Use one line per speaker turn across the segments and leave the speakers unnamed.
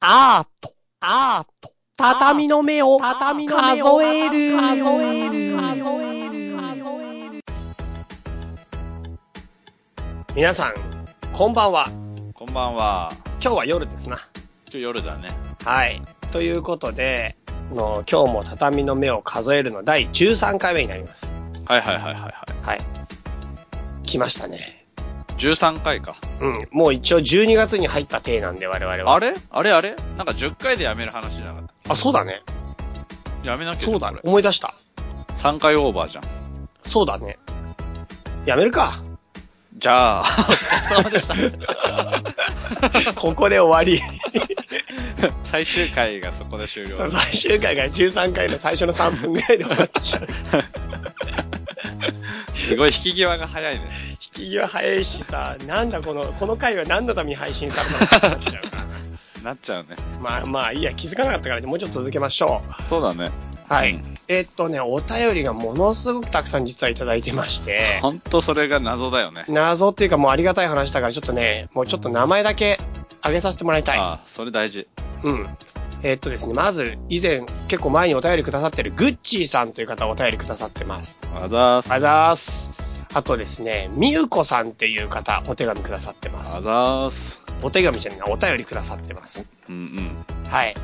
アート、アート、畳の目を、畳の目を数える、数える、数える、数える。
皆さん、こんばんは。
こんばんは。
今日は夜ですな。
今日夜だね。
はい。ということで、あの今日も畳の目を数えるの第13回目になります。
はいはいはいはいは
はい。来ましたね。
い。13回か。
うん。もう一応12月に入った体なんで、我々は。
あれあれあれなんか10回でやめる話じゃなかっ
あ、そうだね。
た。やめなきゃ
そうだね。
これ
思い出した。
3回オーバーじゃん。
そうだね。やめるか。
じゃあ、お疲れ様でした。
ここで終わり。
最終回がそこで終了。
そう最終回が13回の最初の3分ぐらいで終わっちゃう。
すごい引き際が早いね。
引き際早いしさ、なんだこの、この回は何のために配信されたのかってなっちゃ うから。
なっちゃうね。
まあまあいいや、気づかなかったからもうちょっと続けましょう。
そうだね。
はい。
うん
えっとね、お便りがものすごくたくさん実はいただいてまして、
ほんとそれが謎だよね。
謎っていうかもうありがたい話だからちょっとね、もうちょっと名前だけ挙げさせてもらいたい。
ああ、それ大事。
うん。えっとですね、まず以前結構前にお便りくださってるグッチーさんという方お便りくださってます。
あざーす。
あざーす。あとですね、みゆこさんっていう方お手紙くださってま
あ
す。
ざーす。
お手紙じゃないな、お便りくださってます。
うんうん。
はい。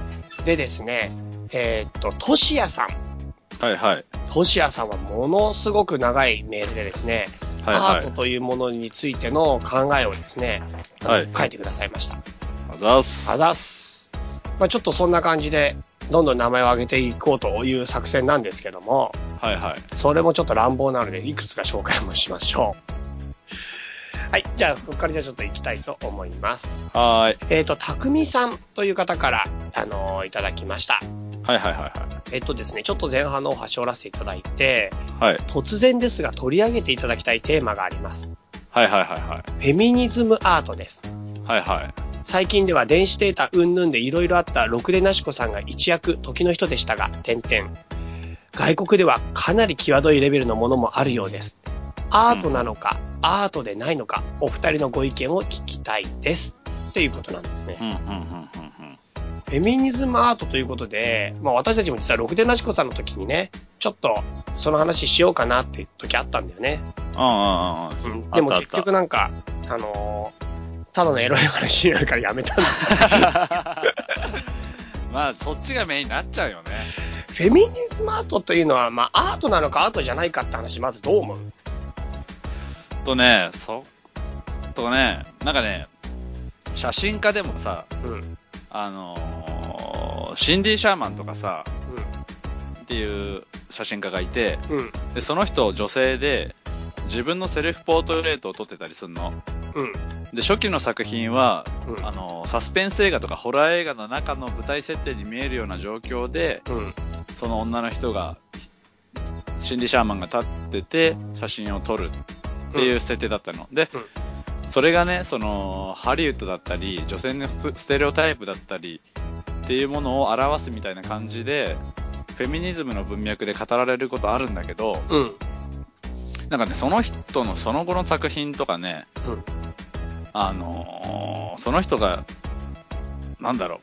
でですね、えっと、としやさん。
はいはい。
トシヤさんはものすごく長いメールでですね、
はいは
アート
い。
というものについての考えをですね、あの
はい
書いてくださいました。
あざーす。
あざっす。まあちょっとそんな感じで、どんどん名前を挙げていこうという作戦なんですけども、
はいはい。
それもちょっと乱暴なので、いくつか紹介もしましょう。はい。じゃあ、ここからじゃあちょっと行きたいと思います。
はーい。
えっ、と、たくみさんという方から、あのーいただきました。
はいはいは
えっ、とですね、ちょっと前半の方を端折らせていただいて、
いはい。はい。
突然ですが取り上げていただきたいテーマがあります。
はいはいはいは
フェミニズムアートです。
い。はいはい。
最近では電子データ云々で色々あったろくでなしこさんが一躍時の人でしたが、点々。外国ではかなり際どいレベルのものもあるようです。アートなのか、アートでないのか、お二人のご意見を聞きたいです。ということなんですね
う。んうんうんうんうん。
フェミニズムアートということで、まあ私たちも実はろくでなしこさんの時にね、ちょっとその話しようかなって時あったんだよね。
うんうんうんうん。
うんでも
あったあった
結局なんか、あのーただのエロい話になるからやめたん だ。
まあ、そっちがメインになっちゃうよね。
フェミニズムアートというのは、まあ、アートなのかアートじゃないかって話、まずどう思う
とね、そ、とね、なんかね、写真家でもさ、
うん。うん。
あのーシンディ・シャーマンとかさ、っていう写真家がいて、
うん。
で、その人女性で、自分のセルフポートレートを撮ってたりするの。
うん。
で、初期の作品は、
うん
あのーサスペンス映画とかホラー映画の中の舞台設定に見えるような状況で、
うん。
その女の人が、シンディ・シャーマンが立ってて、写真を撮るっていう設定だったの。で、それがね、その、ハリウッドだったり、女性のスステレオタイプだったり、っていうものを表すみたいな感じで、フェミニズムの文脈で語られることあるんだけど、
うん。うん。
なんかね、その人のその後の作品とかね、
うん
あのーその人が、なんだろ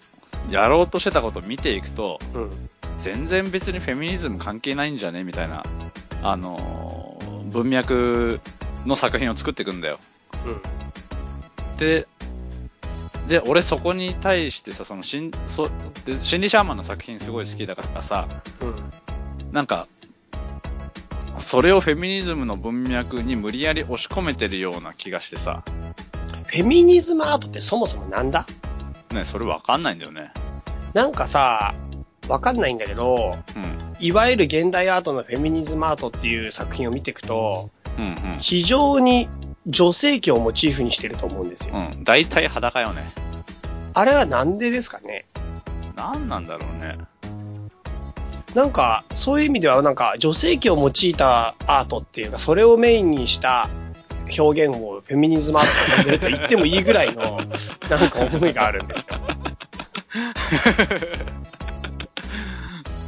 う、やろうとしてたことを見ていくと、
うん。
全然別にフェミニズム関係ないんじゃねみたいな、あのー文脈の作品を作っていくんだよ。で、で、俺そこに対してさ、そのしんそで心理シャーマンの作品すごい好きだからさ、
うん。
なんか、それをフェミニズムの文脈に無理やり押し込めてるような気がしてさ、
フェミニズムアートってそもそもなんだ
ね、それわかんないんだよね。
なんかさ、わかんないんだけど、
うん。
いわゆる現代アートのフェミニズムアートっていう作品を見ていくと、
うん
非常に女性器をモチーフにしてると思うんですよ。
うん。うん。大体裸よね。
あれはなんでですかね
なんなんだろうね。
なんか、そういう意味では、なんか、女性器を用いたアートっていうか、それをメインにした表現をフェミニズムアートと呼んでると言ってもいいぐらいの、なんか思いがあるんですよ。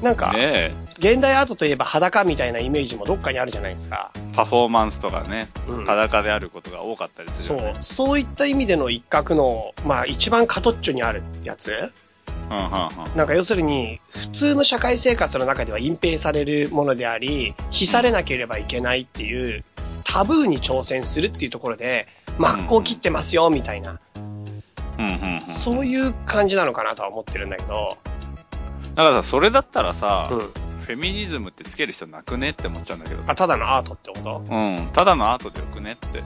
なんか、
ねえ、
現代アートといえば裸みたいなイメージもどっかにあるじゃないですか。
パフォーマンスとかね、
うん
裸であることが多かったりす
そ
るよ
う
ね。。
そういった意味での一角の、まあ一番カトッチョにあるやつ
うんうんうん
なんか要するに、普通の社会生活の中では隠蔽されるものであり、非されなければいけないっていう、タブーに挑戦するっていうところで、真っ向切ってますよ、みたいな、
うんうんうん。
そういう感じなのかなとは思ってるんだけど、
だからさ、それだったらさ、
うん。
フェミニズムってつける必要なくねって思っちゃうんだけどさ。
あ、ただのアートってこと
うん。ただのアートでよくねって。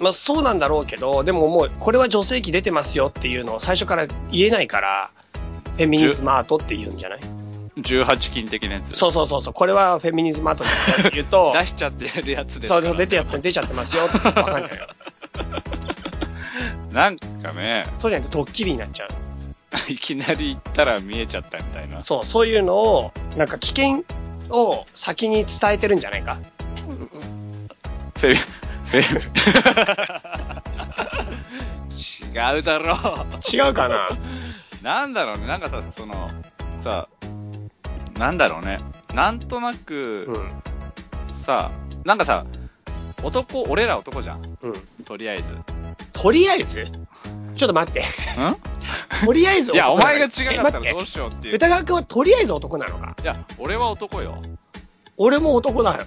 まあそうなんだろうけど、でももう、これは女性器出てますよっていうのを最初から言えないから、フェミニズムアートって言うんじゃない
18禁的なやつ。
そうそうそうそう、これはフェミニズムアートですよって言うと、
出しちゃってるやつです
そ
から
うそう、出てやって、出ちゃってますよってわかんないよ。
なんかね、
そうじゃないとドッキリになっちゃう。
いきなり行ったら見えちゃったみたいな。
そう、そういうのを、なんか危険を先に伝えてるんじゃないか。
フェミ、フェミ、違 うだろ
違うか な
う。なんだろうね、なんかさ、その、さ、なんだろうね。なんとな
う
く、
ん、
さ、なんかさ、男、俺ら男じゃん。
うん。
とりあ えず。ん
とりあえずちょっと待 って。とりあえず
いや、お前が違
う
かったらどうしようっていう。
歌川くんはとりあえず男なのか。
いや、俺は男よ。
俺も男だよ。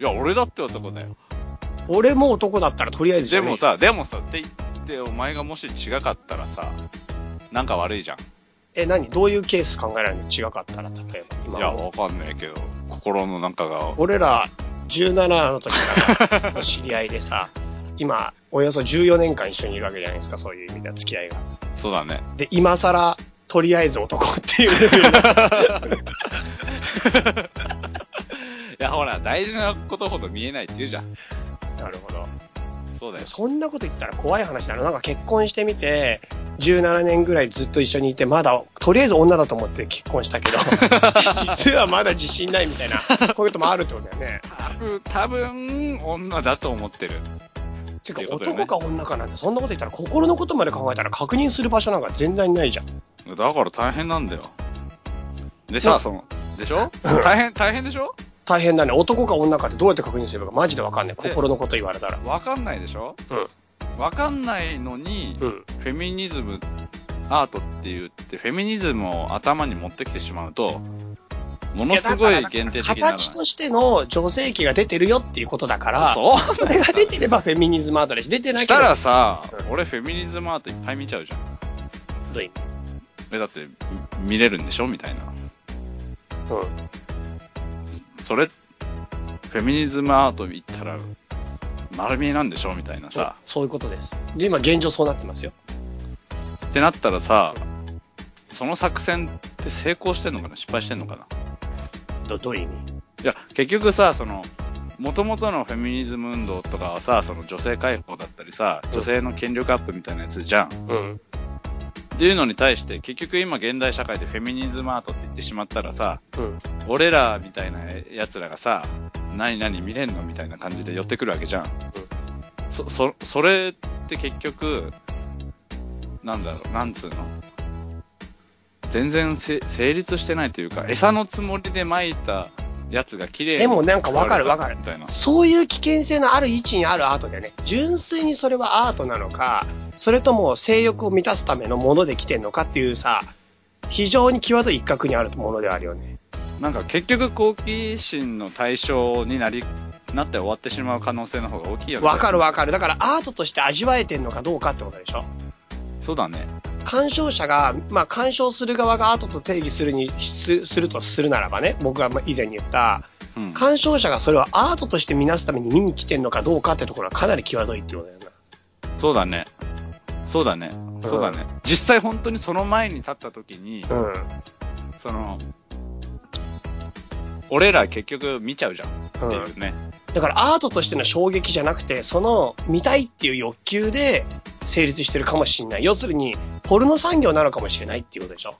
いや、俺だって男だよ。
俺も男だったらとりあえずじ
で
ゃねえ
も、さ、でもさ、って言って、お前がもし違かったらさ、なんか悪いじゃん。
え、何どういうケース考えられるの違かったら、例えば。今
いや、
の
わかんないけど、心の中が、
俺ら17の時から知り合いでさ、今、およそ14年間一緒にいるわけじゃないですか、そういう意味では付き合いが。
そうだね。
で、今更、とりあえず男っていう レベル。
いや、ほら、大事なことほど見えないって言うじゃん。
なるほど。
そうだよ。
そんなこと言ったら怖い話だな。なんか結婚してみて、17年ぐらいずっと一緒にいて、まだ、とりあえず女だと思って結婚した けど、実はまだ自信ないみたいな、こういうこともあるってことだよね。
多分、多分、女だと思ってる。
てか
っていうことよね
男か女かなんてそんなこと言ったら心のことまで考えたら確認する場所なんか全然ないじゃん。
だから大変なんだよ。で
な
さ、その、でしょ 大変、大変でしょ
大変だね。男か女かってどうやって確認するかマジでわかんない。
で
心のこと言われたら。
わかんないでしょ
うん。
わかんないのに、
うん。
フェミニズムアートって言って、フェミニズムを頭に持ってきてしまうと、ものすごい限定的になる。
形としての女性器が出てるよっていうことだから、そ
そう
れが出てればフェミニズムアートだし、出てな
し
けれ
た
ば
らさ
う、
俺フェミニズムアートいっぱい見ちゃうじゃん。
どういう
え、だって、み見れるんでしょみたいな。
意味うん。
それ、フェミニズムアート行ったら、丸見えなんでしょみたいな
そう
さ。。
そういうことです。で、今現状そうなってますよ。
ってなったらさ、その作戦って成功してんのかな失敗してんのかな
どどういう意味
いや、結局さ、その、元々のフェミニズム運動とかはさ、その女性解放だったりさ、女性の権力アップみたいなやつじゃん。
うん。
っていうのに対して、結局今現代社会でフェミニズムアートって言ってしまったらさ、
うん。
俺らみたいな奴らがさ、何々見れんのみたいな感じで寄ってくるわけじゃん。そ、そ、それって結局、なんだろう、なんつうの全然せ成立してないというか、餌のつもりで撒いたやつが綺麗に
でもなんかわかるわかる
みたいな。
そういう危険性のある位置にあるアートだよね。純粋にそれはアートなのか、それとも性欲を満たすためのもので来てんのかっていうさ、非常に際どい一角にあるものであるよね。
なんか結局好奇心の対象になり、なって終わってしまう可能性の方が大きいよね。
わかるわかる。だからアートとして味わえてんのかどうかってことでしょ
そうだね。
鑑賞者が、まあ、鑑賞する側がアートと定義するに、すするとするならばね、僕がまあ以前に言った、
うん。
鑑賞者がそれをアートとして見なすために見に来てんのかどうかってところはかなり際どいってことだよな。
そうだね。そうだね。そうだね。実際本当にその前に立った時に、
うん。
その、俺ら結局見ちゃうじゃんって
うん
いうね。
だからアートとしての衝撃じゃなくて、その見たいっていう欲求で成立してるかもしれない。要するに、ポルノ産業なのかもしれないっていうことでしょ。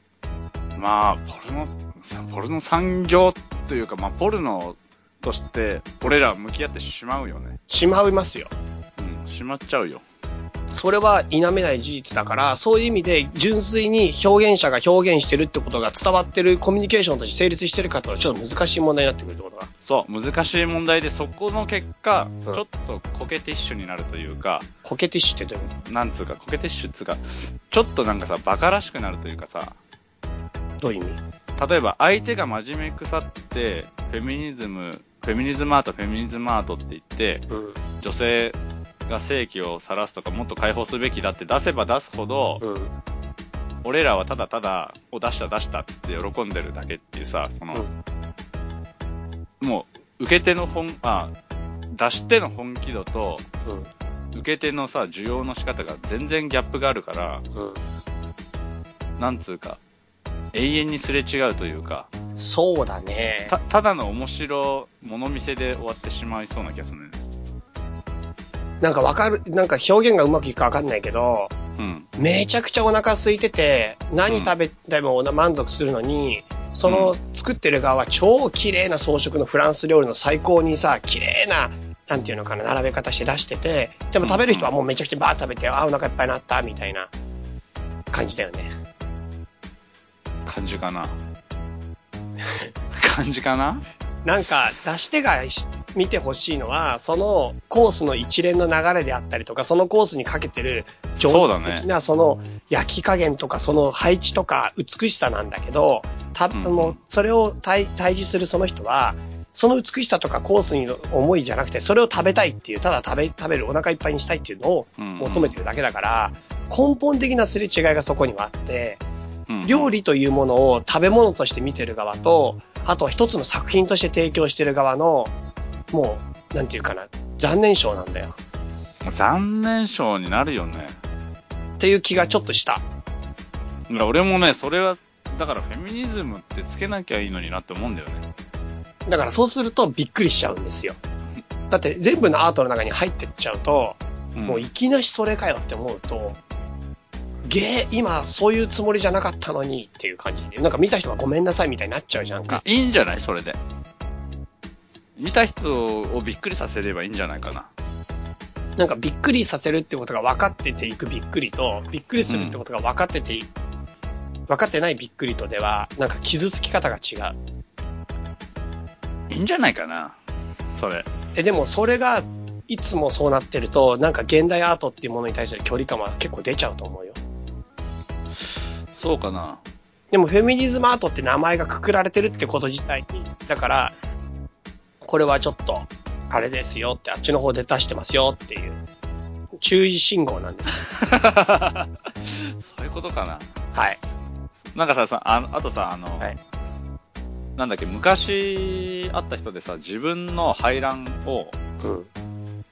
まあ、ポルノ、さポルノ産業というか、まあ、ポルノとして、俺らは向き合ってしまうよね。
しまいますよ。
うん、しまっちゃうよ。
それは否めない事実だから、そういう意味で純粋に表現者が表現してるってことが伝わってるコミュニケーションとして成立してるかとはちょっと難しい問題になってくるってことだ。
そう、難しい問題で、そこの結果、
うん
ちょっとコケティッシュになるというか、
コケティッシュってどういうこ
なんつうか、コケティッシュっつうか、ちょっとなんかさ、バカらしくなるというかさ、
とどういう意味
例えば相手が真面目腐って、フェミニズム、フェミニズムアート、フェミニズムアートって言って、
うん。
女性が性器を晒すとかもっと解放すべきだって出せば出すほど、
うん。
俺らはただただ、お出した出したっつって喜んでるだけっていうさ、その、もう、受け手の本、あ、出しての本気度と、
うん。
受け手のさ、需要の仕方が全然ギャップがあるから、なんつうか、永遠にすれ違うというか、
うん。そうだね。
た、ただの面白物見せで終わってしまいそうな気がするね。
なんかわかる、なんか表現がうまくいくかわかんないけど、
うん。
めちゃくちゃお腹空いてて、何食べてもおな満足するのに、その作ってる側は超綺麗な装飾のフランス料理の最高にさ、綺麗な、なんていうのかな、並べ方して出してて、でも食べる人はもうめちゃくちゃバーッと食べて、あ、お腹いっぱいになった、みたいな感じだよね。
感じかな。 感じかな
なんか、出し手がし見てほしいのは、そのコースの一連の流れであったりとか、そのコースにかけてる情熱的な、その焼き加減とか、その配置とか、美しさなんだけど、た、あ
ん
の、それを対、対峙するその人は、その美しさとかコースにの思いじゃなくて、それを食べたいっていう、ただ食べ、食べる、お腹いっぱいにしたいっていうのを
うんうん
求めてるだけだから、根本的なすれ違いがそこにはあって、
うん
料理というものを食べ物として見てる側と、あとは一つの作品として提供してる側の、もう、なんていうかな、残念賞なんだよ。
もう残念賞になるよね。
っていう気がちょっとした。
だから俺もね、それは、だからフェミニズムってつけなきゃいいのになって思うんだよね。
だからそうするとびっくりしちゃうんですよ。だって全部のアートの中に入ってっちゃうと、
ん
もういきなしそれかよって思うと、ゲー、今そういうつもりじゃなかったのにっていう感じで、なんか見た人がごめんなさいみたいになっちゃうじゃんか。
いいんじゃないそれで。見た人をびっくりさせればいいんじゃないかな。
なんかびっくりさせるってことが分かってていくびっくりと、びっくりするってことが分かっててい、分かってないびっくりとでは、なんか傷つき方が違う。
いいんじゃないかな。それ。
え、でもそれが、いつもそうなってると、なんか現代アートっていうものに対する距離感は結構出ちゃうと思うよ。
そうか な。
でもフェミニズムアートって名前がくくられてるってこと自体に、だから、これはちょっと、あれですよって、あっちの方で出してますよっていう、注意信号なんです。
そういうことかな。
はい。
なんかさ、さあのあとさ、あの、
はい
なんだっけ、昔会った人でさ、自分の排卵を、
うん。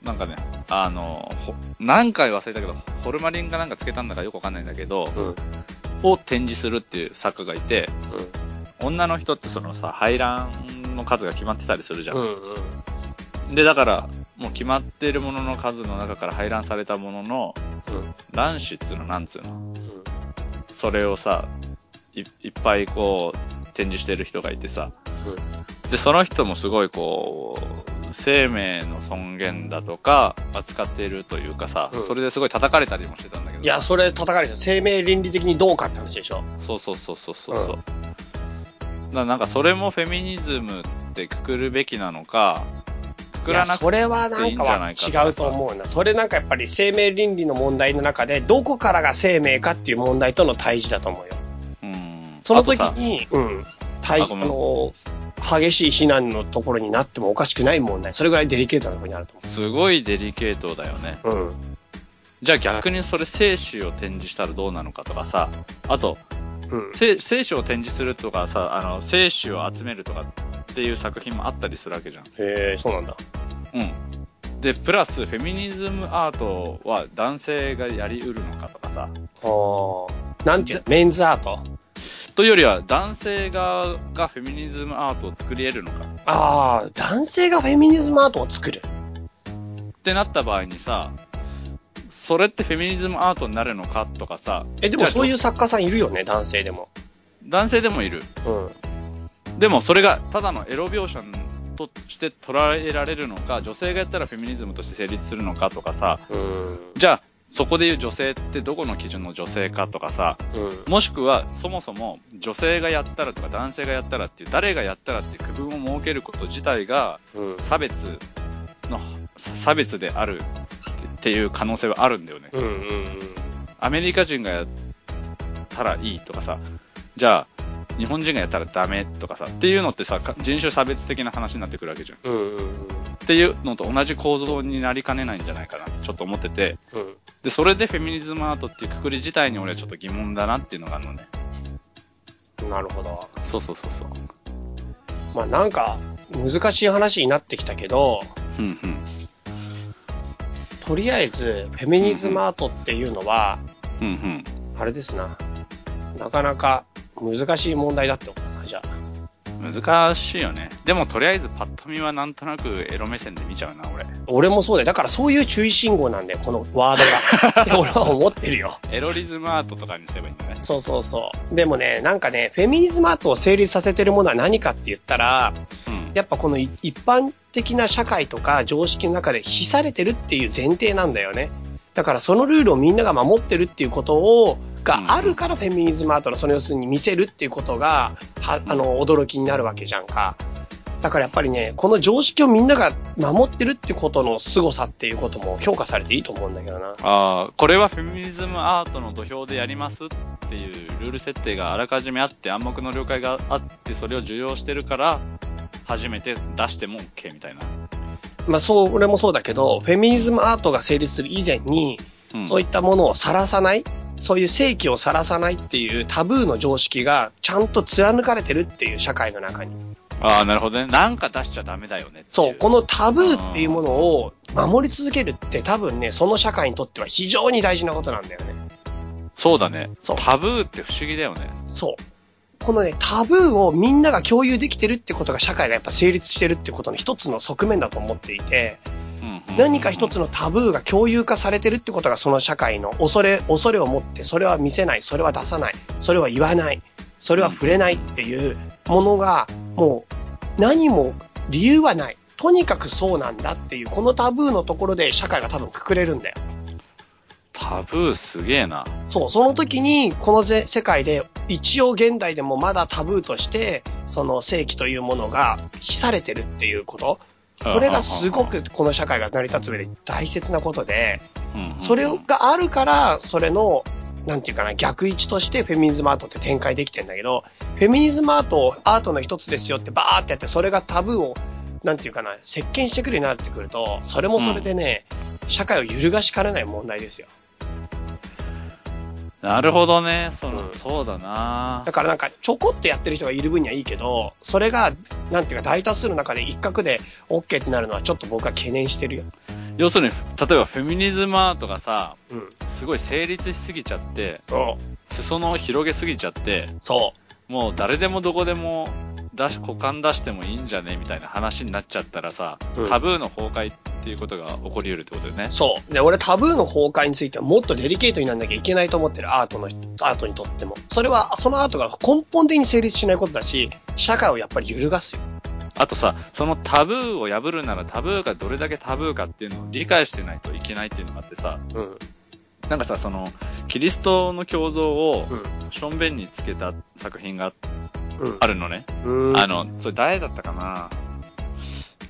なんかね、あの、ほ何回忘れたけど、ホルマリンかなんかつけたんだかよくわかんないんだけど、
うん。うん。
を展示するっていう作家がいて、女の人ってそのさ、排卵の数が決まってたりするじゃん。
うん。うん。
で、だから、もう決まってるものの数の中から排卵されたものの、
うん。
卵子っつうの、なんつうの。
うん
それをさ、いいっぱいこう、展示してる人がいてさ、で、その人もすごいこう、生命の尊厳だとか、扱っているというかさ、
うん
それですごい叩かれたりもしてたんだけど。
いや、それ叩かれてる生命倫理的にどうかって話でしょ。
そうそうそうそうそうそう。ななんかそれもフェミニズムってくくるべきなのか、く
い
く
や、
らな
そ
く
れはなんかは違うと思うな。それなんかやっぱり生命倫理の問題の中で、どこからが生命かっていう問題との対峙だと思うよ。
うん。
その時
あとさ
に、うん。対
あ
峙、
ご
あ
めん
の、激しい非難のところになってもおかしくない問題。それぐらいデリケートなところにあると
すごいデリケートだよね。
思う。
じゃあ逆にそれ精子を展示したらどうなのかとかさ、あと、
うん。うん。
精精子を展示するとかさ、あの、精子を集めるとかっていう作品もあったりするわけじゃん。
へえ、そうなんだ。
うん。で、プラス、フェミニズムアートは男性がやりうるのかとか
あ
さ、
あ。なんていうのメンズアート
というよりは男性側がフェミニズムアートを作り得るのか
ああ、男性がフェミニズムアートを作る。
ってなった場合にさ、それってフェミニズムアートになるのかとかさ、
え、でもそういう
じゃ
作家さんいるよね、男性でも。
あ男性でもいる。
うん。
でもそれがただのエロ描写として捉えられるのか、女性がやったらフェミニズムとして成立するのかとかさ、
うん。
じゃあそこで言う女性ってどこの基準の女性かとかさ、
うん。
もしくは、そもそも、女性がやったらとか男性がやったらっていう、誰がやったらっていう区分を設けること自体が、
うん。
差別の、さ差別であるっていう可能性はあるんだよね。
うんうんうん。
アメリカ人がやったらいいとかさ、じゃあ、日本人がやったらダメとかさ、っていうのってさ、か人種差別的な話になってくるわけじゃん。
うんうんうん
っていうのと同じ構造になりかねないんじゃないかなってちょっと思ってて、
うん
で、それでフェミニズムアートっていうくくり自体に俺はちょっと疑問だなっていうのがあるのね。
うんなるほど。
そうそうそうそう。
まあなんか、難しい話になってきたけど、
うんうん。
とりあえず、フェミニズムアートっていうのは、
うんうん。
あれですな。なかなか難しい問題だってことだな、じゃあ。
難しいよね。でもとりあえずパッと見はなんとなくエロ目線で見ちゃうな、俺。
俺もそうだよ。だからそういう注意信号なんだよ、このワードが。って 俺は思ってるよ。
エロリズムアートとかにすればいいんだね。
そうそうそう。でもね、なんかね、フェミニズムアートを成立させてるものは何かって言ったら、
うん。
やっぱこのい一般的な社会とか常識の中で非されてるっていう前提なんだよね。だからそのルールをみんなが守ってるっていうことを、
うん
があるからフェミニズムアートのその要するに見せるっていうことが、は、あの、驚きになるわけじゃんか。だからやっぱりね、この常識をみんなが守ってるっていうことの凄さっていうことも評価されていいと思うんだけどな。
ああ、これはフェミニズムアートの土俵でやりますっていうルール設定があらかじめあって暗黙の了解があってそれを受容してるから初めて出しても OK みたいな。
まあそう、俺もそうだけど、フェミニズムアートが成立する以前に、
うん、
そういったものを晒さない、そういう正規を晒さないっていうタブーの常識がちゃんと貫かれてるっていう社会の中に。
ああ、なるほどね。なんか出しちゃダメだよねってい
そう、このタブーっていうものを守り続けるって多分ね、その社会にとっては非常に大事なことなんだよね。
そうだね。
そう
タブーって不思議だよね。
そう。このね、タブーをみんなが共有できてるってことが社会がやっぱ成立してるってことの一つの側面だと思っていて、
うんうん
何か一つのタブーが共有化されてるってことがその社会の恐れ、恐れを持って、それは見せない、それは出さない、それは言わない、それは触れないっていうものが、もう何も理由はない。とにかくそうなんだっていう、このタブーのところで社会が多分くくれるんだよ。
タブーすげえな。
そう、その時に、このぜ世界で、一応現代でもまだタブーとして、その正規というものが、非されてるっていうこと。これがすごくこの社会が成り立つ上で大切なことで、
うんうん、
それがあるから、それの、なんていうかな、逆位置としてフェミニズムアートって展開できてんだけど、フェミニズムアートをアートの一つですよってバーってやって、それがタブーを、なんていうかな、席巻してくるようになってくると、それもそれでね、社会を揺るがしかねない問題ですよ。
なるほどね。その、
うん
そうだな
だ。からなんか、ちょこっとやってる人がいる分にはいいけど、それが、なんていうか、大多数の中で一角で OK ってなるのはちょっと僕は懸念してるよ。
要するに、例えばフェミニズムアートがさ、
うん。
すごい成立しすぎちゃって、
そう。
裾野を広げすぎちゃって、
そ
もう誰でもどこでも出し、股間出してもいいんじゃねみたいな話になっちゃったらさ、
うん
タブーの崩壊っていうことが起こり得るってことよね
う。。そう。で、俺タブーの崩壊についてはもっとデリケートになんなきゃいけないと思ってるアートの人、アートにとっても。それは、そのアートが根本的に成立しないことだし、社会をやっぱり揺るがすよ。
あとさ、そのタブーを破るならタブーがどれだけタブーかっていうのを理解してないといけないっていうのがあってさ、
うん。
なんかさ、その、キリストの胸像を
うん。
ションベンにつけた作品が
うん
あ。るのね。
うん。
あの、それ誰だったかな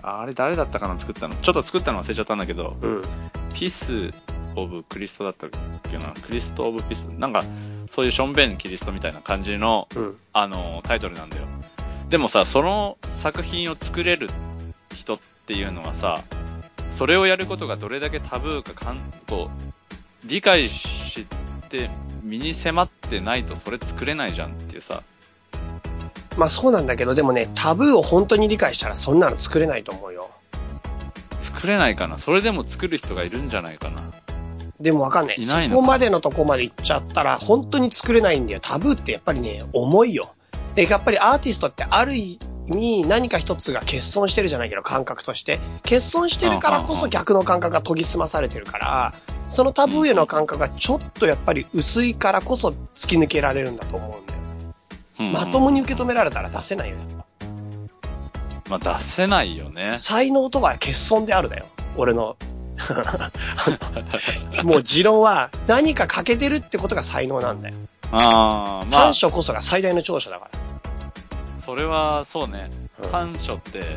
あれ誰だったかな作ったの。ちょっと作ったの忘れちゃったんだけど、
うん。
ピース・オブ・クリストだったっけなクリスト・オブ・ピース。なんか、そういうションベン・キリストみたいな感じの、
うん。
あの、タイトルなんだよ。でもさ、その作品を作れる人っていうのはさ、それをやることがどれだけタブーかかんと、理解して、身に迫ってないとそれ作れないじゃんっていうさ。
まあそうなんだけど、でもね、タブーを本当に理解したらそんなの作れないと思うよ。
作れないかなそれでも作る人がいるんじゃないかな
でもわかんない。
いないのか
そこまでのとこまで行っちゃったら、本当に作れないんだよ。タブーってやっぱりね、重いよ。で、やっぱりアーティストってある意味、何か一つが欠損してるじゃないけど、感覚として。欠損してるからこ
うんうんう
そ
ん
逆の感覚が研ぎ澄まされてるから、そのタブーへの感覚がちょっとやっぱり薄いからこそ突き抜けられるんだと思うんだよ。
うんうん
まともに受け止められたら出せないよ。
まあ出せないよね。
才能とは欠損であるだよ。俺の。 あのもう持論は何か欠けてるってことが才能なんだよ。
ああ、まあ
短、所こそが最大の長所だから。
それはそうね。
うん
短所って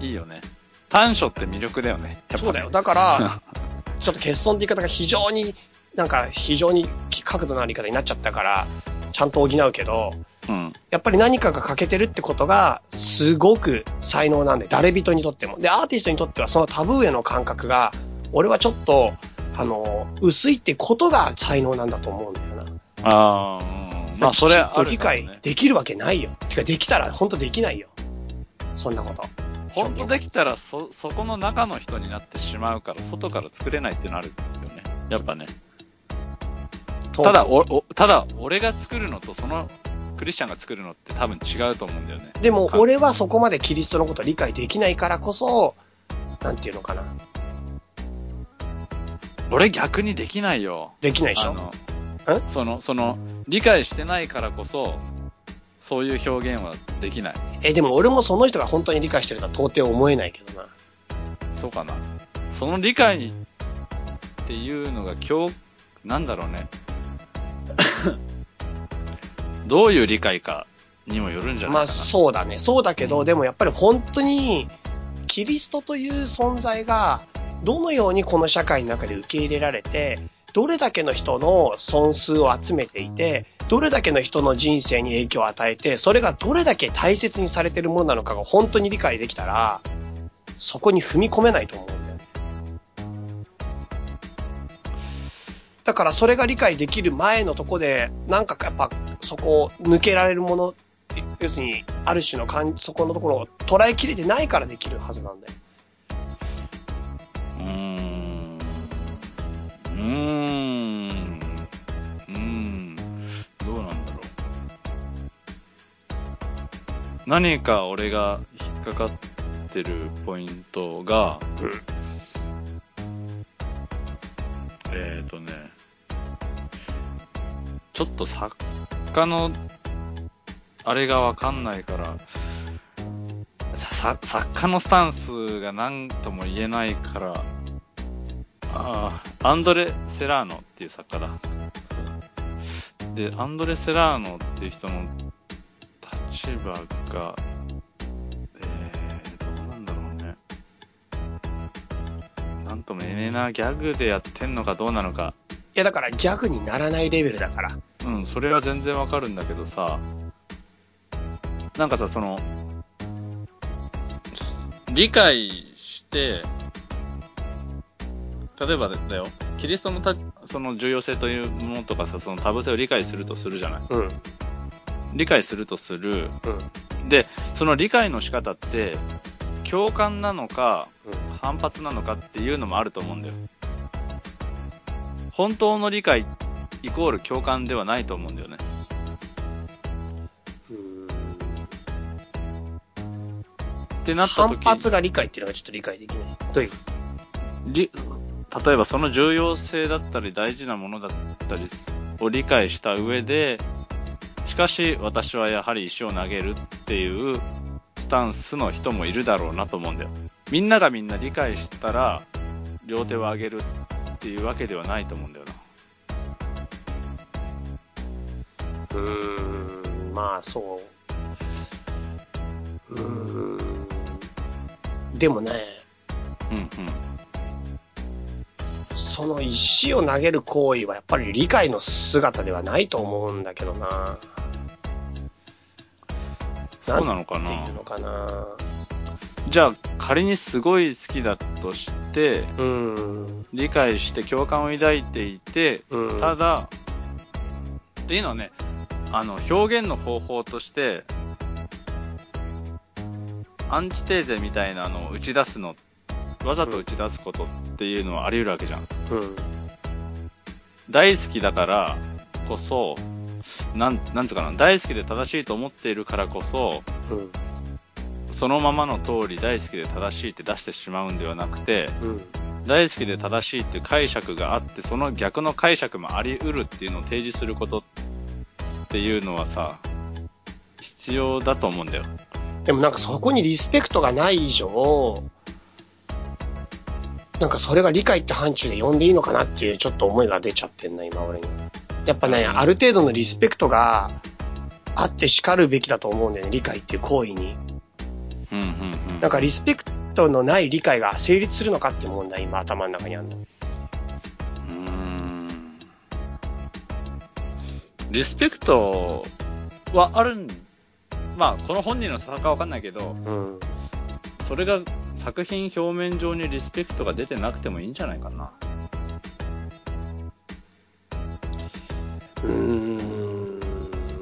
いいよね。短所って魅力だよね。やっぱね
そうだよ。。だ から、ちょっと欠損って言い方が非常に、なんか非常に角度のある言い方になっちゃったから、ちゃんと補うけど、
うん。
やっぱり何かが欠けてるってことが、すごく才能なんで、誰人にとっても。で、アーティストにとってはそのタブーへの感覚が、俺はちょっと、あの、薄いってことが才能なんだと思うんだよな。
ああ、うんまあ、それ
きちっと
ある
理
だろう
解
ね。
できるわけないよ。てか、できたら本当できないよ。そんなこと。
ほんとできたら、そ、そこの中の人になってしまうから、外から作れないっていうのあるよね。やっぱね。
と
ただ、お、お、ただ、俺が作るのと、その、クリスチャンが作るのって多分違うと思うんだよね。
でも
はい
俺はそこまでキリストのことを理解できないからこそ、なんていうのかな。
俺逆にできないよ。
できないでし
あ
ょ
の
え
その、その、理解してないからこそ、そういう表現はできない。
え、でも俺もその人が本当に理解してるとは到底思えないけどな。
そうかな。その理解っていうのが今日、なんだろう ね。どういう理解かにもよるんじゃないかな。
まあそうだね。そうだけど、でもやっぱり本当に、キリストという存在が、どのようにこの社会の中で受け入れられて、どれだけの人の損数を集めていて、どれだけの人の人生に影響を与えて、それがどれだけ大切にされてるものなのかが本当に理解できたら、そこに踏み込めないと思うんだよね。だからそれが理解できる前のとこで、なんかやっぱそこを抜けられるもの要するに、ある種の感そこのところを捉えきれてないからできるはずなんだよ。
うーん。うーん。うーん。どうなんだろう。何か俺が引っかかってるポイントが、えっ、ー、とね、ちょっと作家の、あれがわかんないから、さ作家のスタンスが何とも言えないから、ああ、アンドレ・セラーノっていう作家だ。で、アンドレ・セラーノっていう人の立場が、えー、どうなんだろうね。なんとも言えねえな、ギャグでやってんのかどうなのか。
いや、だからギャグにならないレベルだから。
うん、それは全然わかるんだけどさ、なんかさ、その、理解して、例えばだよ、キリストのたその重要性というものとかさ、その多分性を理解するとするじゃない。
うん、うん、
理解するとする。で、その理解の仕方って、共感なのか、反発なのかっていうのもあると思うんだよ。本当の理解イコール共感ではないと思うんだよね。
うん。
ってなった
反
時
発が理解っていうのがちょっと理解できない。どういう
り例えばその重要性だったり大事なものだったりを理解した上でしかし私はやはり石を投げるっていうスタンスの人もいるだろうなと思うんだよみんながみんな理解したら両手を上げるっていうわけではないと思うんだよな
うん、まあそう。うん。でもね、
うんうん
その石を投げる行為はやっぱり理解の姿ではないと思うんだけどな。
そうなのか
ってい
な
うのかな。
じゃあ仮にすごい好きだとして
うん。
理解して共感を抱いていて
うん。
ただ、っていうのはね、あの、表現の方法として、アンチテーゼみたいなのを打ち出すの、わざと打ち出すことっていうのはあり得るわけじゃん。
うん。
大好きだからこそ、なん、なんつうかな、大好きで正しいと思っているからこそ、
うん。
そのままの通り大好きで正しいって出してしまうんではなくて、
うん。
大好きで正しいっていう解釈があって、その逆の解釈もあり得るっていうのを提示することっていうのはさ、必要だと思うんだよ。
でもなんかそこにリスペクトがない以上、なんかそれが理解って範疇で呼んでいいのかなっていうちょっと思いが出ちゃってんな、今俺に。やっぱね、
うん
ある程度のリスペクトがあって叱るべきだと思うんだよね、理解っていう行為に。
うんうんうん。
なんかリスペクトのない理解が成立するのかって問題今頭の中にあるの。
うーん。リスペクトはあるん、まあ、この本人の差かわかんないけど、
うん。
それが作品表面上にリスペクトが出てなくてもいいんじゃないかな。
うーん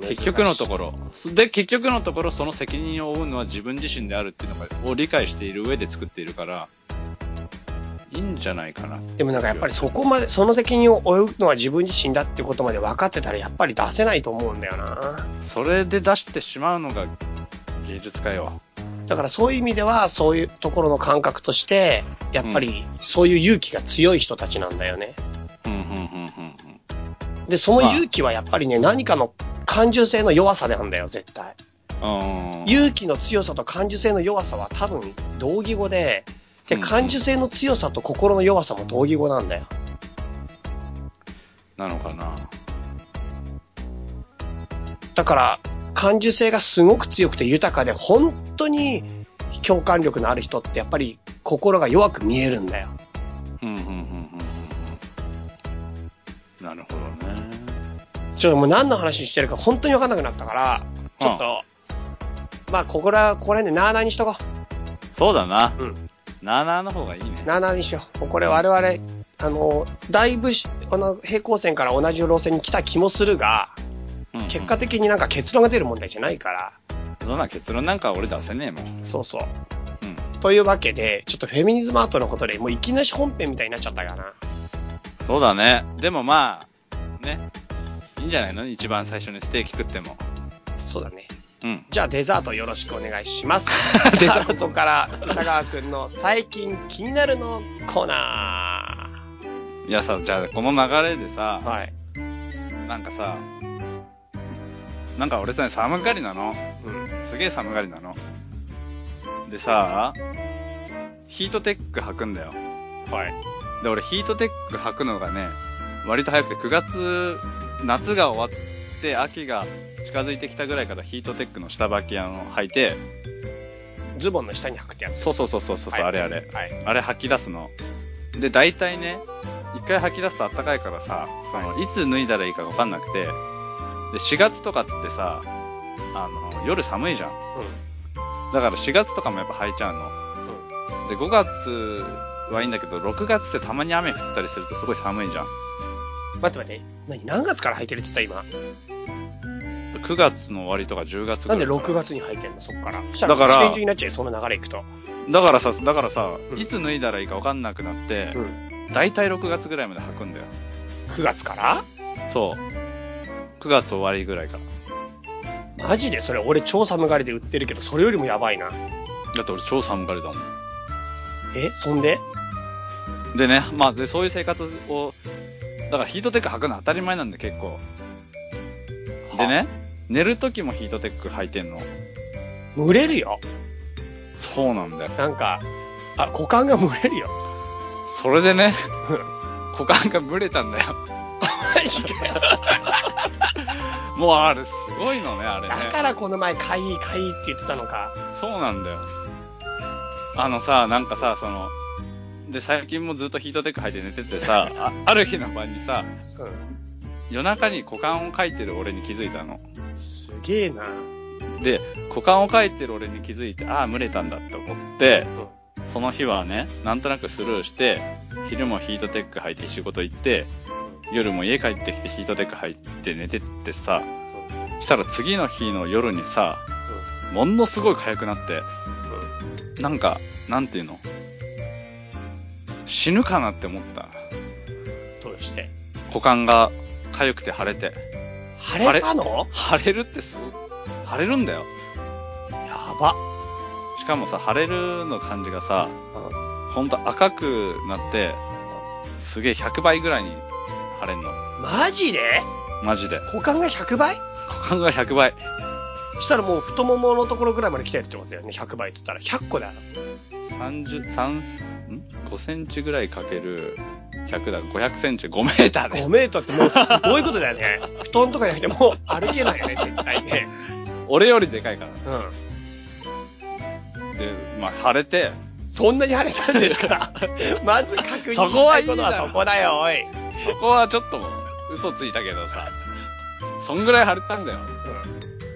結局のところ。で、結局のところ、その責任を負うのは自分自身であるっていうのが、を理解している上で作っているから、いいんじゃないかな。
でもなんかやっぱりそこまで、その責任を負うのは自分自身だっていうことまで分かってたらやっぱり出せないと思うんだよな。
それで出してしまうのが芸術家よ。
だからそういう意味ではそういうところの感覚として、やっぱりそういう勇気が強い人たちなんだよね。
うん、うん、うん、うんうん。
で、その勇気はやっぱりね、何かの感受性の弱さなんだよ、絶対。
うん
勇気の強さと感受性の弱さは多分同義語で、で、
うん
感受性の強さと心の弱さも同義語なんだよ。
なのかな。
だから、感受性がすごく強くて豊かで、本当に共感力のある人ってやっぱり心が弱く見えるんだよ。
うん、うん、うん、うんうん。なるほどね。
ちょっともう何の話してるか本当にわかんなくなったから、ちょっと、まあ、ここら、これね、なあなあにしとこ
そうだな。
うん
なあなあの方がいいね。
う。なあなあにしよう。もうこれ我々、あの、だいぶし、あの、平行線から同じ路線に来た気もするが、
うんうん
結果的になんか結論が出る問題じゃないから、
どんな結論なんか俺出せねえもん。
そうそう。
うん。
というわけで、ちょっとフェミニズムアートのことで、もういきなり本編みたいになっちゃったかな。
そうだね。でもまあ、ね。いいんじゃないの一番最初にステーキ食っても。
そうだね。
うん。
じゃあデザートよろしくお願いし ます。デザートから歌川くんの最近気になるのコーナ
いやさ、じゃあこの流れでさ
ー。、はい。
なんかさ、なんか俺さ、寒がりなの。
うん。
すげえ寒がりなの。でさ、ヒートテック履くんだよ。
はい。
で、俺ヒートテック履くのがね、割と早くて9月、夏が終わって秋が近づいてきたぐらいからヒートテックの下履きあの履いて、
ズボンの下に履くってやつ。
そうそうそうそうそう、
はい
あれあれ。
はい。
あれ吐き出すの。で、大体ね、一回吐き出すとあったかいからさ、その、いつ脱いだらいいかわかんなくて、で、4月とかってさ、あの、夜寒いじゃん。だから4月とかもやっぱ吐いちゃうの。で、5月はいいんだけど、6月ってたまに雨降ったりするとすごい寒いじゃん。
うん。待って待って。何何月から履いてるって言った今。
9月の終わりとか10月ぐ
な
ら
ん
い
で6月に履いてんのそっから。そしたら
だから
一年中になっちゃうよ、その流れいくと。
だからさ、だからさ、
うん
いつ脱いだらいいかわかんなくなって、
うん。
大体6月ぐらいまで履くんだよ。
9月から
そう。9月終わりぐらいから。
マジでそれ俺超寒がりで売ってるけど、それよりもやばいな。
だって俺超寒がりだもん。
えそんで
でね、まあ、で、そういう生活を、だからヒートテック履くの当たり前なんで結構。でね、寝る時もヒートテック履いてんの。
蒸れるよ。
そうなんだよ。
なんか、あ、股間が蒸れる よ。
それでね、股間が蒸れたんだよ。
マジかよ。
もうあれすごいのね、あれね
だ。からこの前、かいいかいいって言ってたのか。
そうなんだよ。あのさ、なんかさ、その、で、最近もずっとヒートテック履いて寝ててさ、あある日の晩にさ、
う
夜中に股間を描いてる俺に気づいたの。
ん。すげえな。
で、股間を描いてる俺に気づいて、ああ、蒸れたんだって思って、その日はね、なんとなくスルーして、昼もヒートテック履いて仕事行って、夜も家帰ってきてヒートテック履いて寝てってさ、したら次の日の夜にさ、ものすごい痒くなって、なんか、なんていうの死ぬかなって思った。
どうして
股間が痒くて腫れて。
晴れたの
腫れるってすごい、腫れるんだよ。
やば。
しかもさ、腫れるの感じがさ、
うん
ほんと赤くなって、すげえ100倍ぐらいに腫れんの。
マジで
マジで。
股間が100倍
股間が100倍。
したらもう太もものところぐらいまで来てるってことだよね。100倍っつったら。100個だよ。
30、3ん ?5 センチぐらいかける100だ。500センチ、5メーターで
5。メートルってもうすごいことだよね。布団とかじゃなくてもう歩けないよね、絶対ね。
俺よりでかいか
うん。
ら。で、まあ、腫れて、
そんなに晴れたんです から。まず確認したいことはそこだよ、おい。
そこはちょっと嘘ついたけどさ、そんぐらい腫れたんだよ。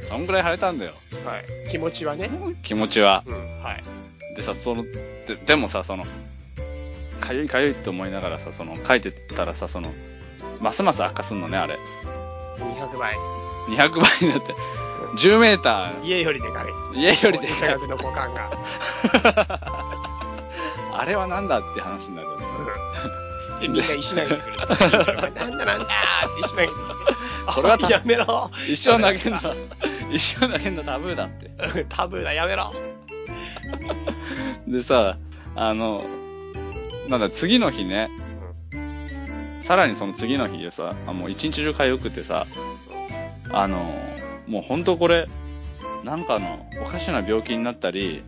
そんぐらい腫れたんだよ。
うんはい。気持ちはね。
気持ちは。
うん。
はい。でさ、その、ででもさ、その、かゆいかゆいって思いながらさ、その、書いてたらさ、その、ますます悪化すんのね、あれ。
200倍。
200倍になって、10メータ
家よりでかい。
ー、家よりで
科
かい。
学の股間が。
あれはなんだって話になるよね。
で、みんな石投げてくる。なんだなんだーって石投げてくる。
これは
あやめろ
一生投げんな。一生投げんなタブーだって。
タブーだ、やめろ
でさ、あの、なんだ、次の日ね、さらにその次の日でさ、あもう一日中かゆくてさ、あの、もうほんとこれ、なんかあの、おかしな病気になったり、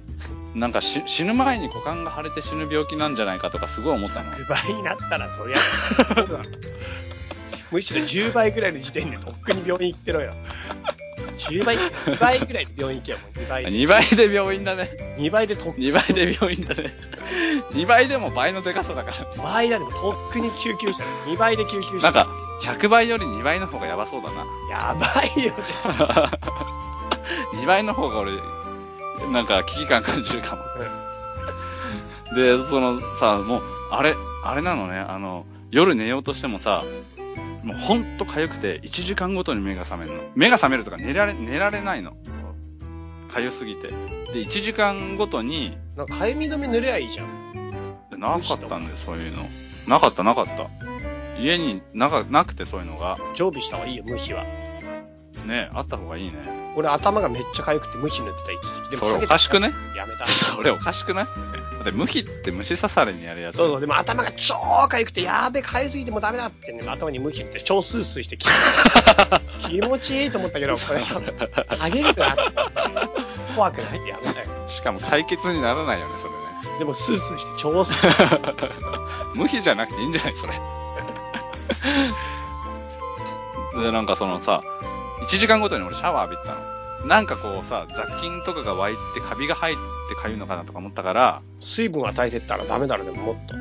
なんかし死ぬ前に股間が腫れて死ぬ病気なんじゃないかとかすごい思ったの。
9倍になったら そりゃ、むしろ10倍ぐらいの時点でとっくに病院行ってろよ。10倍、2倍ぐらいで病院行けよ、もう2倍で。
2倍で病院だね。
2倍でとっ
2倍で病院だね。2倍でも倍のでかさだから。
倍だでもとっくに救急車だよ。2倍で救急車。
なんか、、100倍より2倍の方がやばそうだな。
やばいよね。
2倍の方が俺、なんか危機感感じるかも。で、そのさ、もう、あれ、あれなのね、あの、夜寝ようとしてもさ、もうほんと痒くて、1時間ごとに目が覚めるの。目が覚めるとか寝られ、寝られないの。痒すぎて。で、1時間ごとに、
なんか、かゆみ止め塗ればいいじゃん。
なかったんだよ、そういうの。なかった、なかった。家になか、なくてそういうのが、
常備した方がいいよ、無比は。
ね、あった方がいいね。
俺頭がめっちゃ痒くて無比塗ってた一時期。で
そ
も下
れお
げ
か
た
しくね
やめた。
それおかしくないだって、無比って虫刺されにやるやつ。
そうそう、でも頭が超かゆくて、やーべ、かゆすぎてもうダメだっつってね、頭に無比って超スースーして気 気持ちいいと思ったけど、これ、ハゲるなって思ったね怖くなってやめたよ。
しかも解決にならないよね、それね。
でもスースーして超スースー。
無比じゃなくていいんじゃない それ。で、なんかそのさ、1時間ごとに俺シャワー浴びてたの。なんかこうさ、雑菌とかが湧いてカビが入ってかゆいのかなとか思ったから、
水分与えてったらダメだろ、でももっと。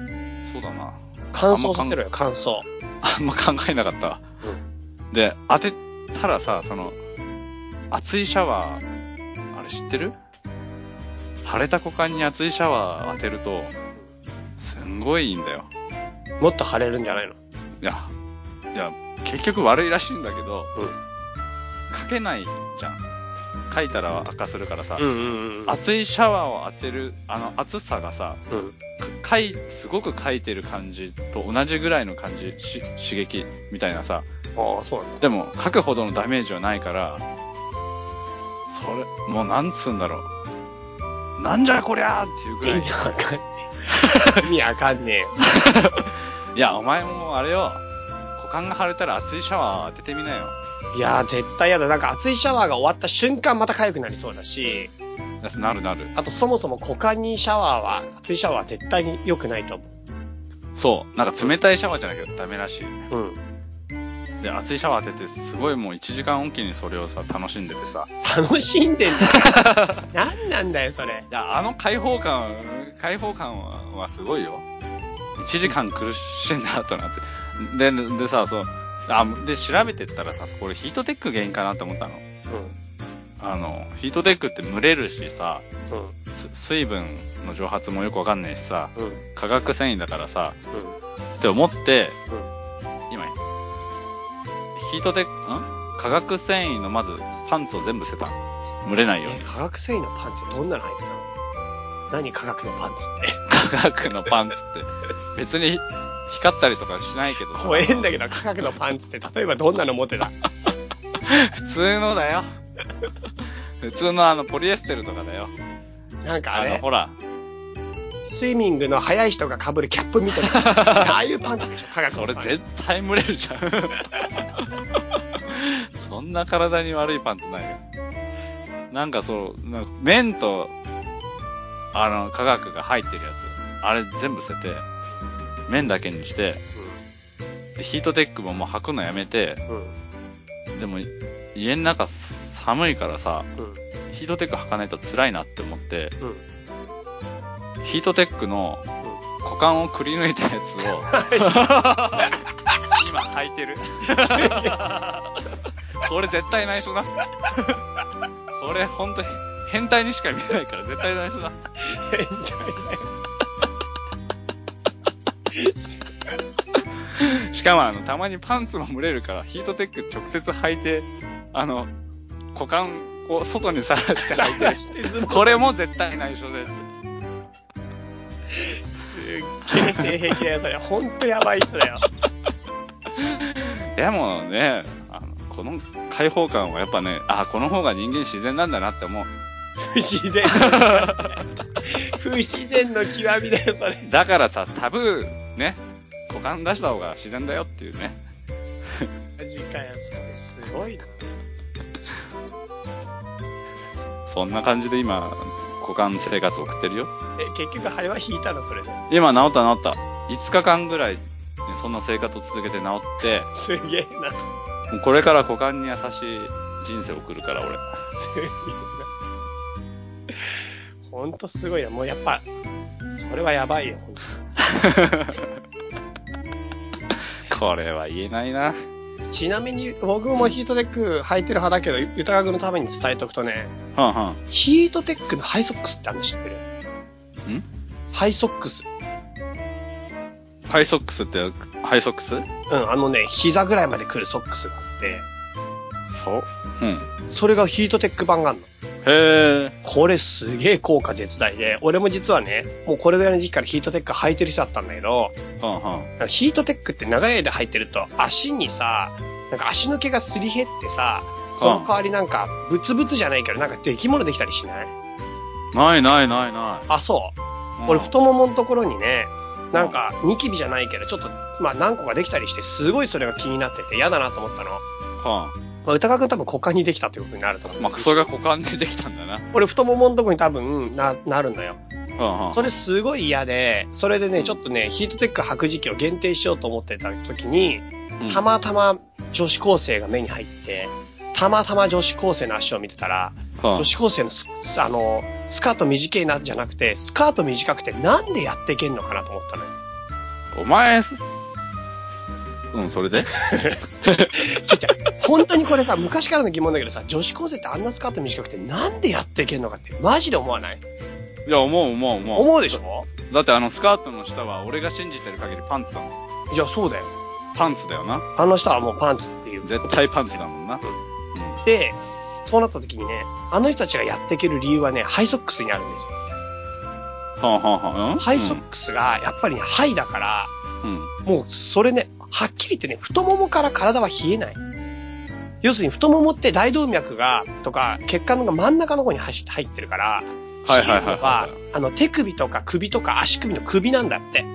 そうだな。
乾燥させろよ、乾燥。
あんま考えなかったわ。で、当てたらさ、その、熱いシャワー、あれ知ってる腫れた股間に熱いシャワー当てると、すんごいいいんだよ。
もっと腫れるんじゃないの
いや、いや、結局悪いらしいんだけど、
うん
書けないじゃん。書いたら悪化するからさ、
んうんあ、
熱いシャワーを当てる、あの、熱さがさ、
うん。
かい、すごく書いてる感じと同じぐらいの感じ、し、刺激みたいなさ、
ああ、そうなんだ。
でも、書くほどのダメージはないから、それ、もうなんつうんだろう。なんじゃこりゃーっていうぐら
意
い。
味わかんねえ。意味わかんねえよ。
いや、お前もあれよ、股間が腫れたら熱いシャワー当ててみなよ。
いやー、絶対やだ。なんか熱いシャワーが終わった瞬間また痒くなりそうだし、
なるなる。
あとそもそも股間にシャワーは、熱いシャワーは絶対に良くないと思
そう。なんか冷たいシャワーじゃなきゃダメらしい。
う。 うん。
で、熱いシャワー当てて、すごいもう1時間おきにそれをさ、楽しんでてさ。
楽しんでんだ。なんなんだよ、それ。
いや、あの解放感、解放感ははすごいよ。1時間苦しんだ後の熱い。で、でさ、そう、あ、で、調べてったらさ、これヒートテック原因かなって思ったの。あの、ヒートテックって蒸れるしさ、
うん。うん。
す水分の蒸発もよくわかんないしさ、
うん。
化学繊維だからさ、
うん。
って思って、
う
今、ヒートテック、ん化学繊維のまずパンツを全部捨てた。蒸れないよう
え、
に。
化学繊維のパンツどんなの入ってたの何化学のパンツって。
化学のパンツって、別に光ったりとかしないけどさ
怖えんだけど、化学のパンツって、例えばどんなの持ってた
普通のだよ。普通のあの、ポリエステルとかだよ。
なんか
あ
あ
の、
れ、
ほら、
スイミングの速い人が被るキャップみたいな。 ああいうパンツでしょ、化学
そ
の
れ
パンツ。
絶対蒸れるじゃん。そんな体に悪いパンツないよ。なんかそう、なんか麺と、あの、化学が入ってるやつ。あれ全部捨てて、麺だけにして、でヒートテックももう履くのやめて、
うん。うん。
でも、家の中寒いからさ、ヒートテック履かないと辛いなって思って、
うん。うん。
ヒートテックの股間をくり抜いたやつを、今履いてる。これ絶対内緒だ。これほんと変態にしか見えないから絶対内緒だ。
変態です。
しかもあの、たまにパンツも蒸れるから、ヒートテック直接履いて、あの、股間を外にさらして履いて
晒してズボン
これも絶対内緒のやつ。
すっげえ性癖だよ、それ。ほんとやばい人だよ。
でもね、あのこの開放感はやっぱね、あ、この方が人間自然なんだなって思う。
不自然。不自然の極みだよ、それ。
だからさ、タブー、ね、股間出した方が自然だよっていうね。
マジかよ、それすごいな。
そんな感じで今、股間生活を送ってるよ。
え、結局、晴れは引いたの、それで。
今治った治った。5日間ぐらい、ね、そんな生活を続けて治って、
すげえな。
もうこれから股間に優しい人生を送るから俺。
すげえな。ほんとすごいな。もうやっぱ、それはやばいよ、ほんと
これは言えないな。
ちなみに、僕もヒートテック履いてる派だけど、ゆたかくんのために伝えとくとね、
はんはん。
ヒートテックのハイソックスってあるの知ってる
ん
ハイソックス。
ハイソックスって、ハイソックス
うん、あのね、膝ぐらいまで来るソックスがあって、
そう。うん。
それがヒートテック版があるの。
へえ。
これすげえ効果絶大で、俺も実はね、もうこれぐらいの時期からヒートテック履いてる人だったんだけど、
はんはん。
ヒートテックって長い間履いてると足にさ、なんか足の毛がすり減ってさ、その代わりなんか、ブツブツじゃないけど、なんか出来物できたりしない
ないないないな
あ、そう。
い。
俺、
うん
太もものところにね、なんか、ニキビじゃないけど、ちょっと、まあ、何個かできたりして、すごいそれが気になってて、嫌だなと思ったの。
は
まあ、歌川くん多分股間にできたってことになると思
ん。
う。
まあ、それが股間でできたんだな。
俺、太もものとこに多分、な、なるんだよ。
はんはん。
それすごい嫌で、それでね、ちょっとね、ヒートテック履く時期を限定しようと思ってた時に、
うん
たまたま女子高生が目に入って、たまたま女子高生の足を見てたら、
はん
女子高生のスあの、スカート短いな、じゃなくて、スカート短くてなんでやっていけんのかなと思った のよ。
お前、すうん、それ
ち
で
っちゃい。本当にこれさ、昔からの疑問だけどさ、女子高生ってあんなスカート短くてなんでやっていけんのかって、マジで思わない
いや、思う思う思う。
思うでしょ
だってあのスカートの下は俺が信じてる限りパンツだもん。
じゃあそうだよ。
パンツだよな。
あの人はもうパンツっていう。
絶対パンツだもんな。うん。
で、そうなった時にね、あの人たちがやっていける理由はね、ハイソックスにあるんですよ。
はんはんはん。うん
ハイソックスが、やっぱりね、ハイだから、
うん。
もう、それね、はっきり言ってね、太ももから体は冷えない。要するに太ももって大動脈が、とか、血管が真ん中の方に走入ってるから、
はいはいはいはい
冷えるのあの、手首とか首とか足首の首なんだって。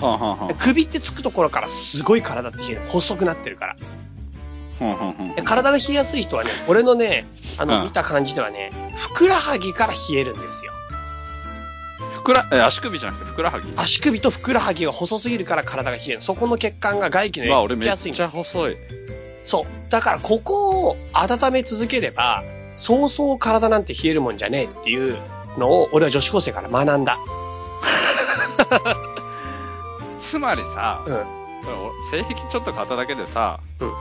はんはんはん。
で首ってつくところからすごい体って冷える。細くなってるから。
はんはんはん
で体が冷えやすい人はね、俺のね、あ
う
の、
ん
見た感じではね、ふくらはぎから冷えるんですよ。
ふくら、え、足首じゃなくてふくらはぎ
足首とふくらはぎが細すぎるから体が冷える。そこの血管が外気の
うわ、
影響を
俺
受
め
け
っ
やすいんだ
ちゃ細い。
そう。だからここを温め続ければ、そうそう体なんて冷えるもんじゃねえっていうのを俺は女子高生から学んだ。
つまりさ、
うん。
それお性癖ちょっと買っただけでさ、
うん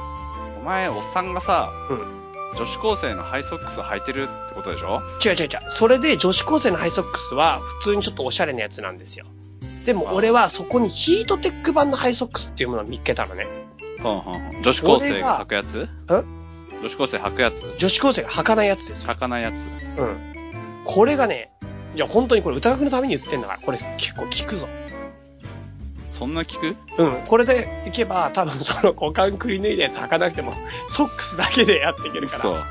お前、おっさんがさ、
うん
女子高生のハイソックス履いてるってことでしょ
違う違う違う。それで女子高生のハイソックスは普通にちょっとおしゃれなやつなんですよ。でも俺はそこにヒートテック版のハイソックスっていうものを見っけたのね。
女子高生が履くやつ
俺が
女子高生履くやつ
女子高生が履かないやつですよ。
履かないやつ
うん。これがね、いや本当にこれ歌学のために言ってんだから、これ結構効くぞ。
そんな聞く
うん。これでいけば多分その股間くり抜いたやつ履かなくても、 ソックスだけでやっていけるから。
そう。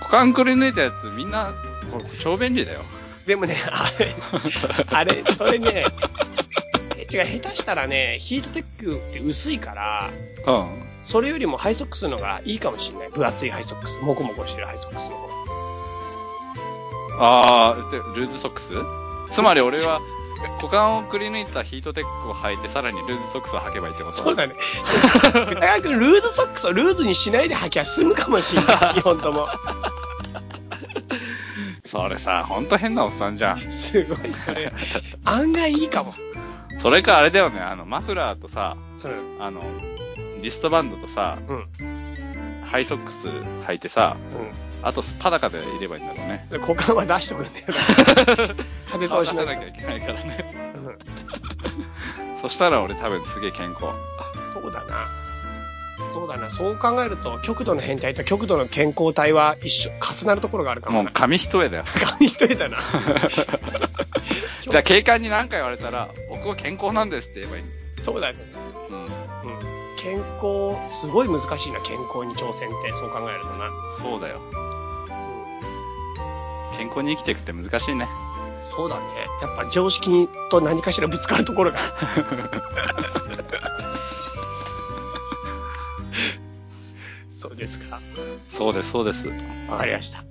股間くり抜いたやつみんな、これ超便利だよ。
でもね、 あれ、あれ、それね、えてか下手したらね、ヒートテックって薄いから、
うん。
それよりもハイソックスのがいいかもしんない。分厚いハイソックス。モコモコしてるハイソックスの方が。
あー、でルーズソックスつまり俺は、股間をくり抜いたヒートテックを履いて、さらにルーズソックスを履けばいいってこと
そう だね。高くルーズソックスをルーズにしないで履きゃ済むかもしん ない。日本とも。
それさ、ほんと変なおっさんじゃん。
すごい、それ。案外いいかも。
それかあれだよね、あの、マフラーとさ、
うん。
あの、リストバンドとさ、
うん
ハイソックス履いてさ、あとスパダカでいればいいんだろうね。
うん。股間は出しとくんだよな。 風
顔
通
出
し
さ
な
な
が
き
ら。
ゃいけないからね。
うん
そしたら俺多分すげえ健康。
そうだな。そうだな。そう考えると、極度の変態と極度の健康体は一緒、重なるところがあるか
も
も
う
な。
紙一重だよ。
紙一重だな。
じゃあ警官に何か言われたら、僕は健康なんですって言えばいい。
そうだね。
う
う
ん。
ん。健康、すごい難しいな、健康に挑戦って、そう考えるとな。
そうだよ。
うん
健康に生きていくって難しいね。
そうだね。やっぱ常識と何かしらぶつかるところが。そうですか。
そうです、そうです。
わかりました。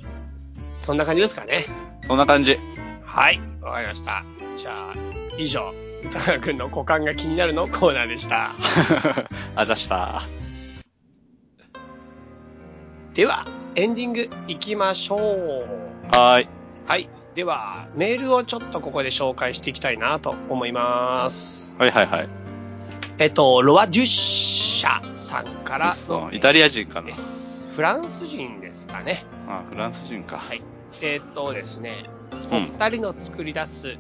そんな感じですかね。
そんな感じ。
はい。わかりました。じゃあ、以上、歌川くんの股間が気になるのコーナーでした。
あざした。
では、エンディング行きましょう。
はーい。
はい。では、メールをちょっとここで紹介していきたいなと思います。
はいはいはい。
えっと、ロア・デュッシャさんから
そ
の
う、イタリア人かな
で。す。フランス人ですかね。
あ、フランス人か。
はいえっとですね、
う
お
ん。
二人の作り出す、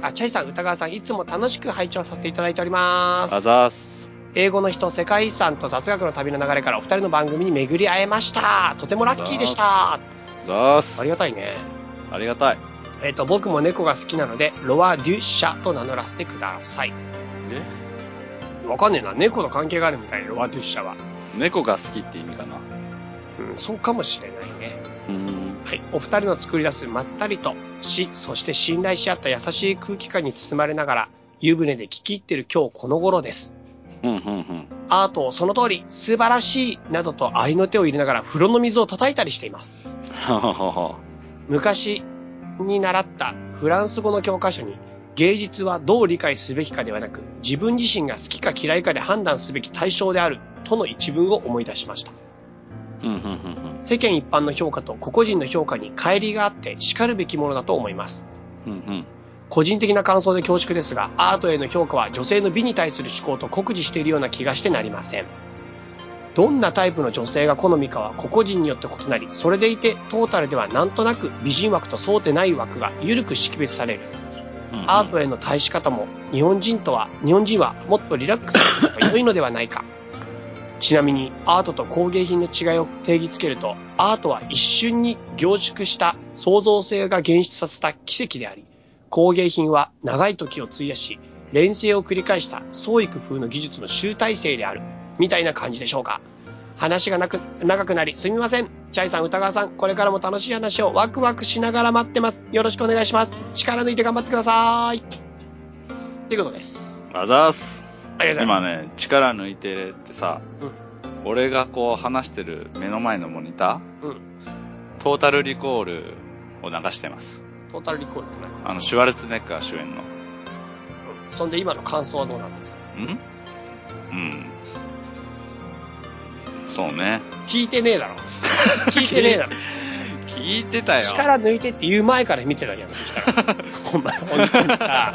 あ、チャイさん、歌川さん、いつも楽しく拝聴させていただいております。
あざーす。
英語の人、世界遺産と雑学の旅の流れからお二人の番組に巡り会えました。とてもラッキーでした。あ
ざーす。
りがたいね。
ありがたい。
えっ、と、僕も猫が好きなので、ロワ・デュ・シャと名乗らせてください。
え
わかんねえな。猫の関係があるみたい、ロワ・デュ・シャは。
猫が好きって意味かな。う
うん、そうかもしれないね。
ーん。
はい。お二人の作り出すまったりと、し、そして信頼し合った優しい空気感に包まれながら、湯船で聞き入ってる今日この頃です。
うん、うん、うん。
アートをその通り、素晴らしい、などと愛の手を入れながら風呂の水を叩いたりしています。
はははは。
昔に習ったフランス語の教科書に芸術はどう理解すべきかではなく自分自身が好きか嫌いかで判断すべき対象であるとの一文を思い出しました。
うん、うん、うん、
世間一般の評価と個々人の評価に乖離があって叱るべきものだと思います。
うん。うん、うん。
個人的な感想で恐縮ですが、アートへの評価は女性の美に対する思考と酷似しているような気がしてなりません。どんなタイプの女性が好みかは個々人によって異なり、それでいてトータルではなんとなく美人枠とそうでない枠が緩く識別される。アートへの対し方も日本人とは、日本人はもっとリラックスする方が良いのではないか。ちなみにアートと工芸品の違いを定義つけると、アートは一瞬に凝縮した創造性が現出させた奇跡であり、工芸品は長い時を費やし、連成を繰り返した創意工夫の技術の集大成である、みたいな感じでしょうか。話がなく、長くなりすみません。チャイさん、歌川さん、これからも楽しい話をワクワクしながら待ってます。よろしくお願いします。力抜いて頑張ってください。っていうことです。
あざーす。
ありがとうござ
今
います。
ね、力抜いてってさ、
うん
俺がこう話してる目の前のモニター、
う
トータルリコールを流してます。
トータルリコールって何
あの、シュワルツェネッガー主演の。
そんで今の感想はどうなんですか
んうん。そうね。
聞いてねえ だろ。聞いてねえだろ。
聞いてたよ。
力抜いてって言う前から見てたじ ゃん、そしたら。お前、本当にさ。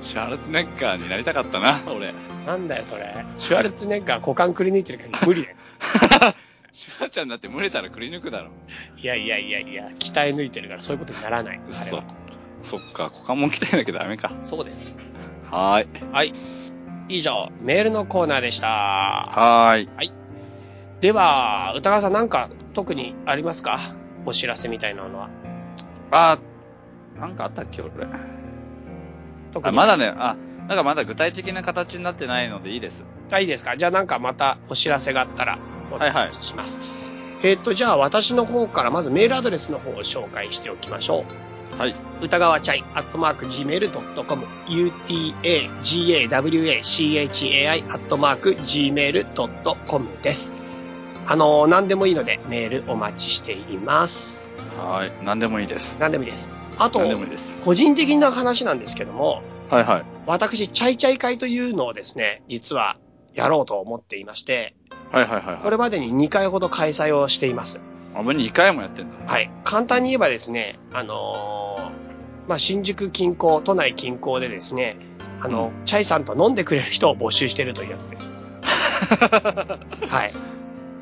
シュワルツェネッガーになりたかったな、俺。
なんだよ、それ。シュワルツェネッガー股間くり抜いてるけど無理だよ。
シュワちゃんだって群れたらくり抜くだろ。
いやいやいやいや、鍛え抜いてるからそういうことにならない。あれ
嘘
は。。
そっか、股間も鍛えなきゃダメか。
そうです。
はーい。
以上、メールのコーナーでした。
はーい。
では、歌川さんなんか特にありますかお知らせみたいなのは。
あー、なんかあったっけ、俺。
特
あ
に。
まだね、あ、なんかまだ具体的な形になってないのでいいです。
あいいですかじゃあなんかまたお知らせがあったらお
はいは
願
い
いします。えっ、と、じゃあ私の方からまずメールアドレスの方を紹介しておきましょ
はい。
う。歌川チャイ、アットマーク、gmail.com、utagawachai、アットマーク、gmail.com です。あのー、何でもいいのでメールお待ちしています。
はーい。何でもいいです。
何でもいいです。あと
何、でもいいです。
個人的な話なんですけども、
はいはい。
私、チャイチャイ会というのをですね、実はやろうと思っていまして、
はいはいはい、
こ
はい。
れまでに2回ほど開催をしています。
あ、もう2回もやってんだ。
はい。簡単に言えばですね、あのーまあ、新宿近郊、都内 近郊でですね、あの、チャイさんと飲んでくれる人を募集してるというやつです。はい。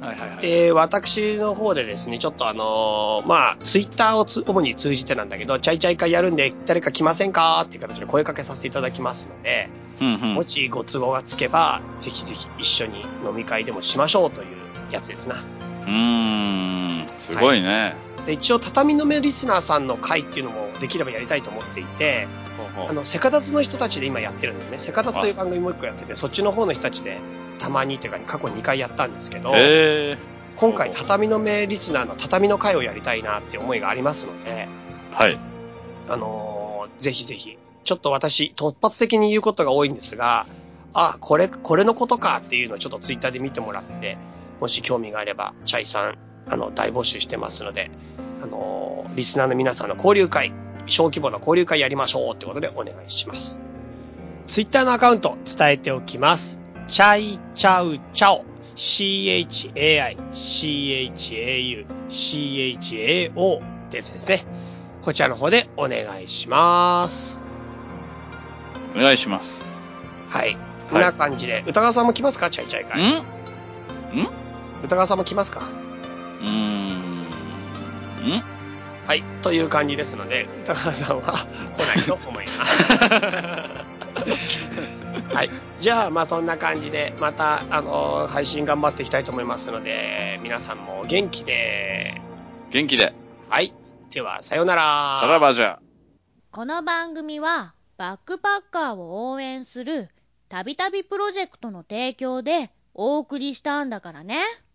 はいはいはい。
えー私の方でですね、ちょっとあのーまあ、ツイッターをつ主に通じてなんだけど、チャイチャイ会やるんで、誰か来ませんかっていう形で声かけさせていただきますので、
うんうん
もしご都合がつけば、ぜひぜひ一緒に飲み会でもしましょうというやつですな。
うーん、すごいね。
で、一応、畳の目リスナーさんの会っていうのもできればやりたいと思っていて、
ほう
あ
ほう
の、セカダツの人たちで今やってるんですね。セカダツという番組もう一個やってて、そっちの方の人たちで、たまにというか、過去2回やったんですけど、
え
今回、畳の目リスナーの畳の会をやりたいなって思いがありますので、
ー、はい。
あのーぜひぜひ、ちょっと私、突発的に言うことが多いんですが、あ、これ、これのことかっていうのをちょっとツイッターで見てもらって、もし興味があれば、チャイさん、あの、大募集してますので、あのーリスナーの皆さんの交流会、小規模な交流会やりましょうってことでお願いします。ツイッターのアカウント伝えておきます。チャイチャウチャオ CHAI CHAU CHAO ってやつですね。こちらの方でお願いします。
お願いします。
はい。こん
は
な感じで、歌川さんも来ますかチャイチャイ
い。
会。
んう
歌川さんも来ますか
ーん。ん
はい。という感じですので、歌川さんは来ないと思い ます。はい。じゃあ、まあそんな感じで、また、あのー配信頑張っていきたいと思いますので、皆さんも元気で、
元気で。
はい。では、さようなら。
さらばじゃ。
この番組はバックパッカーを応援するたびたびプロジェクトの提供でお送りしたんだからね。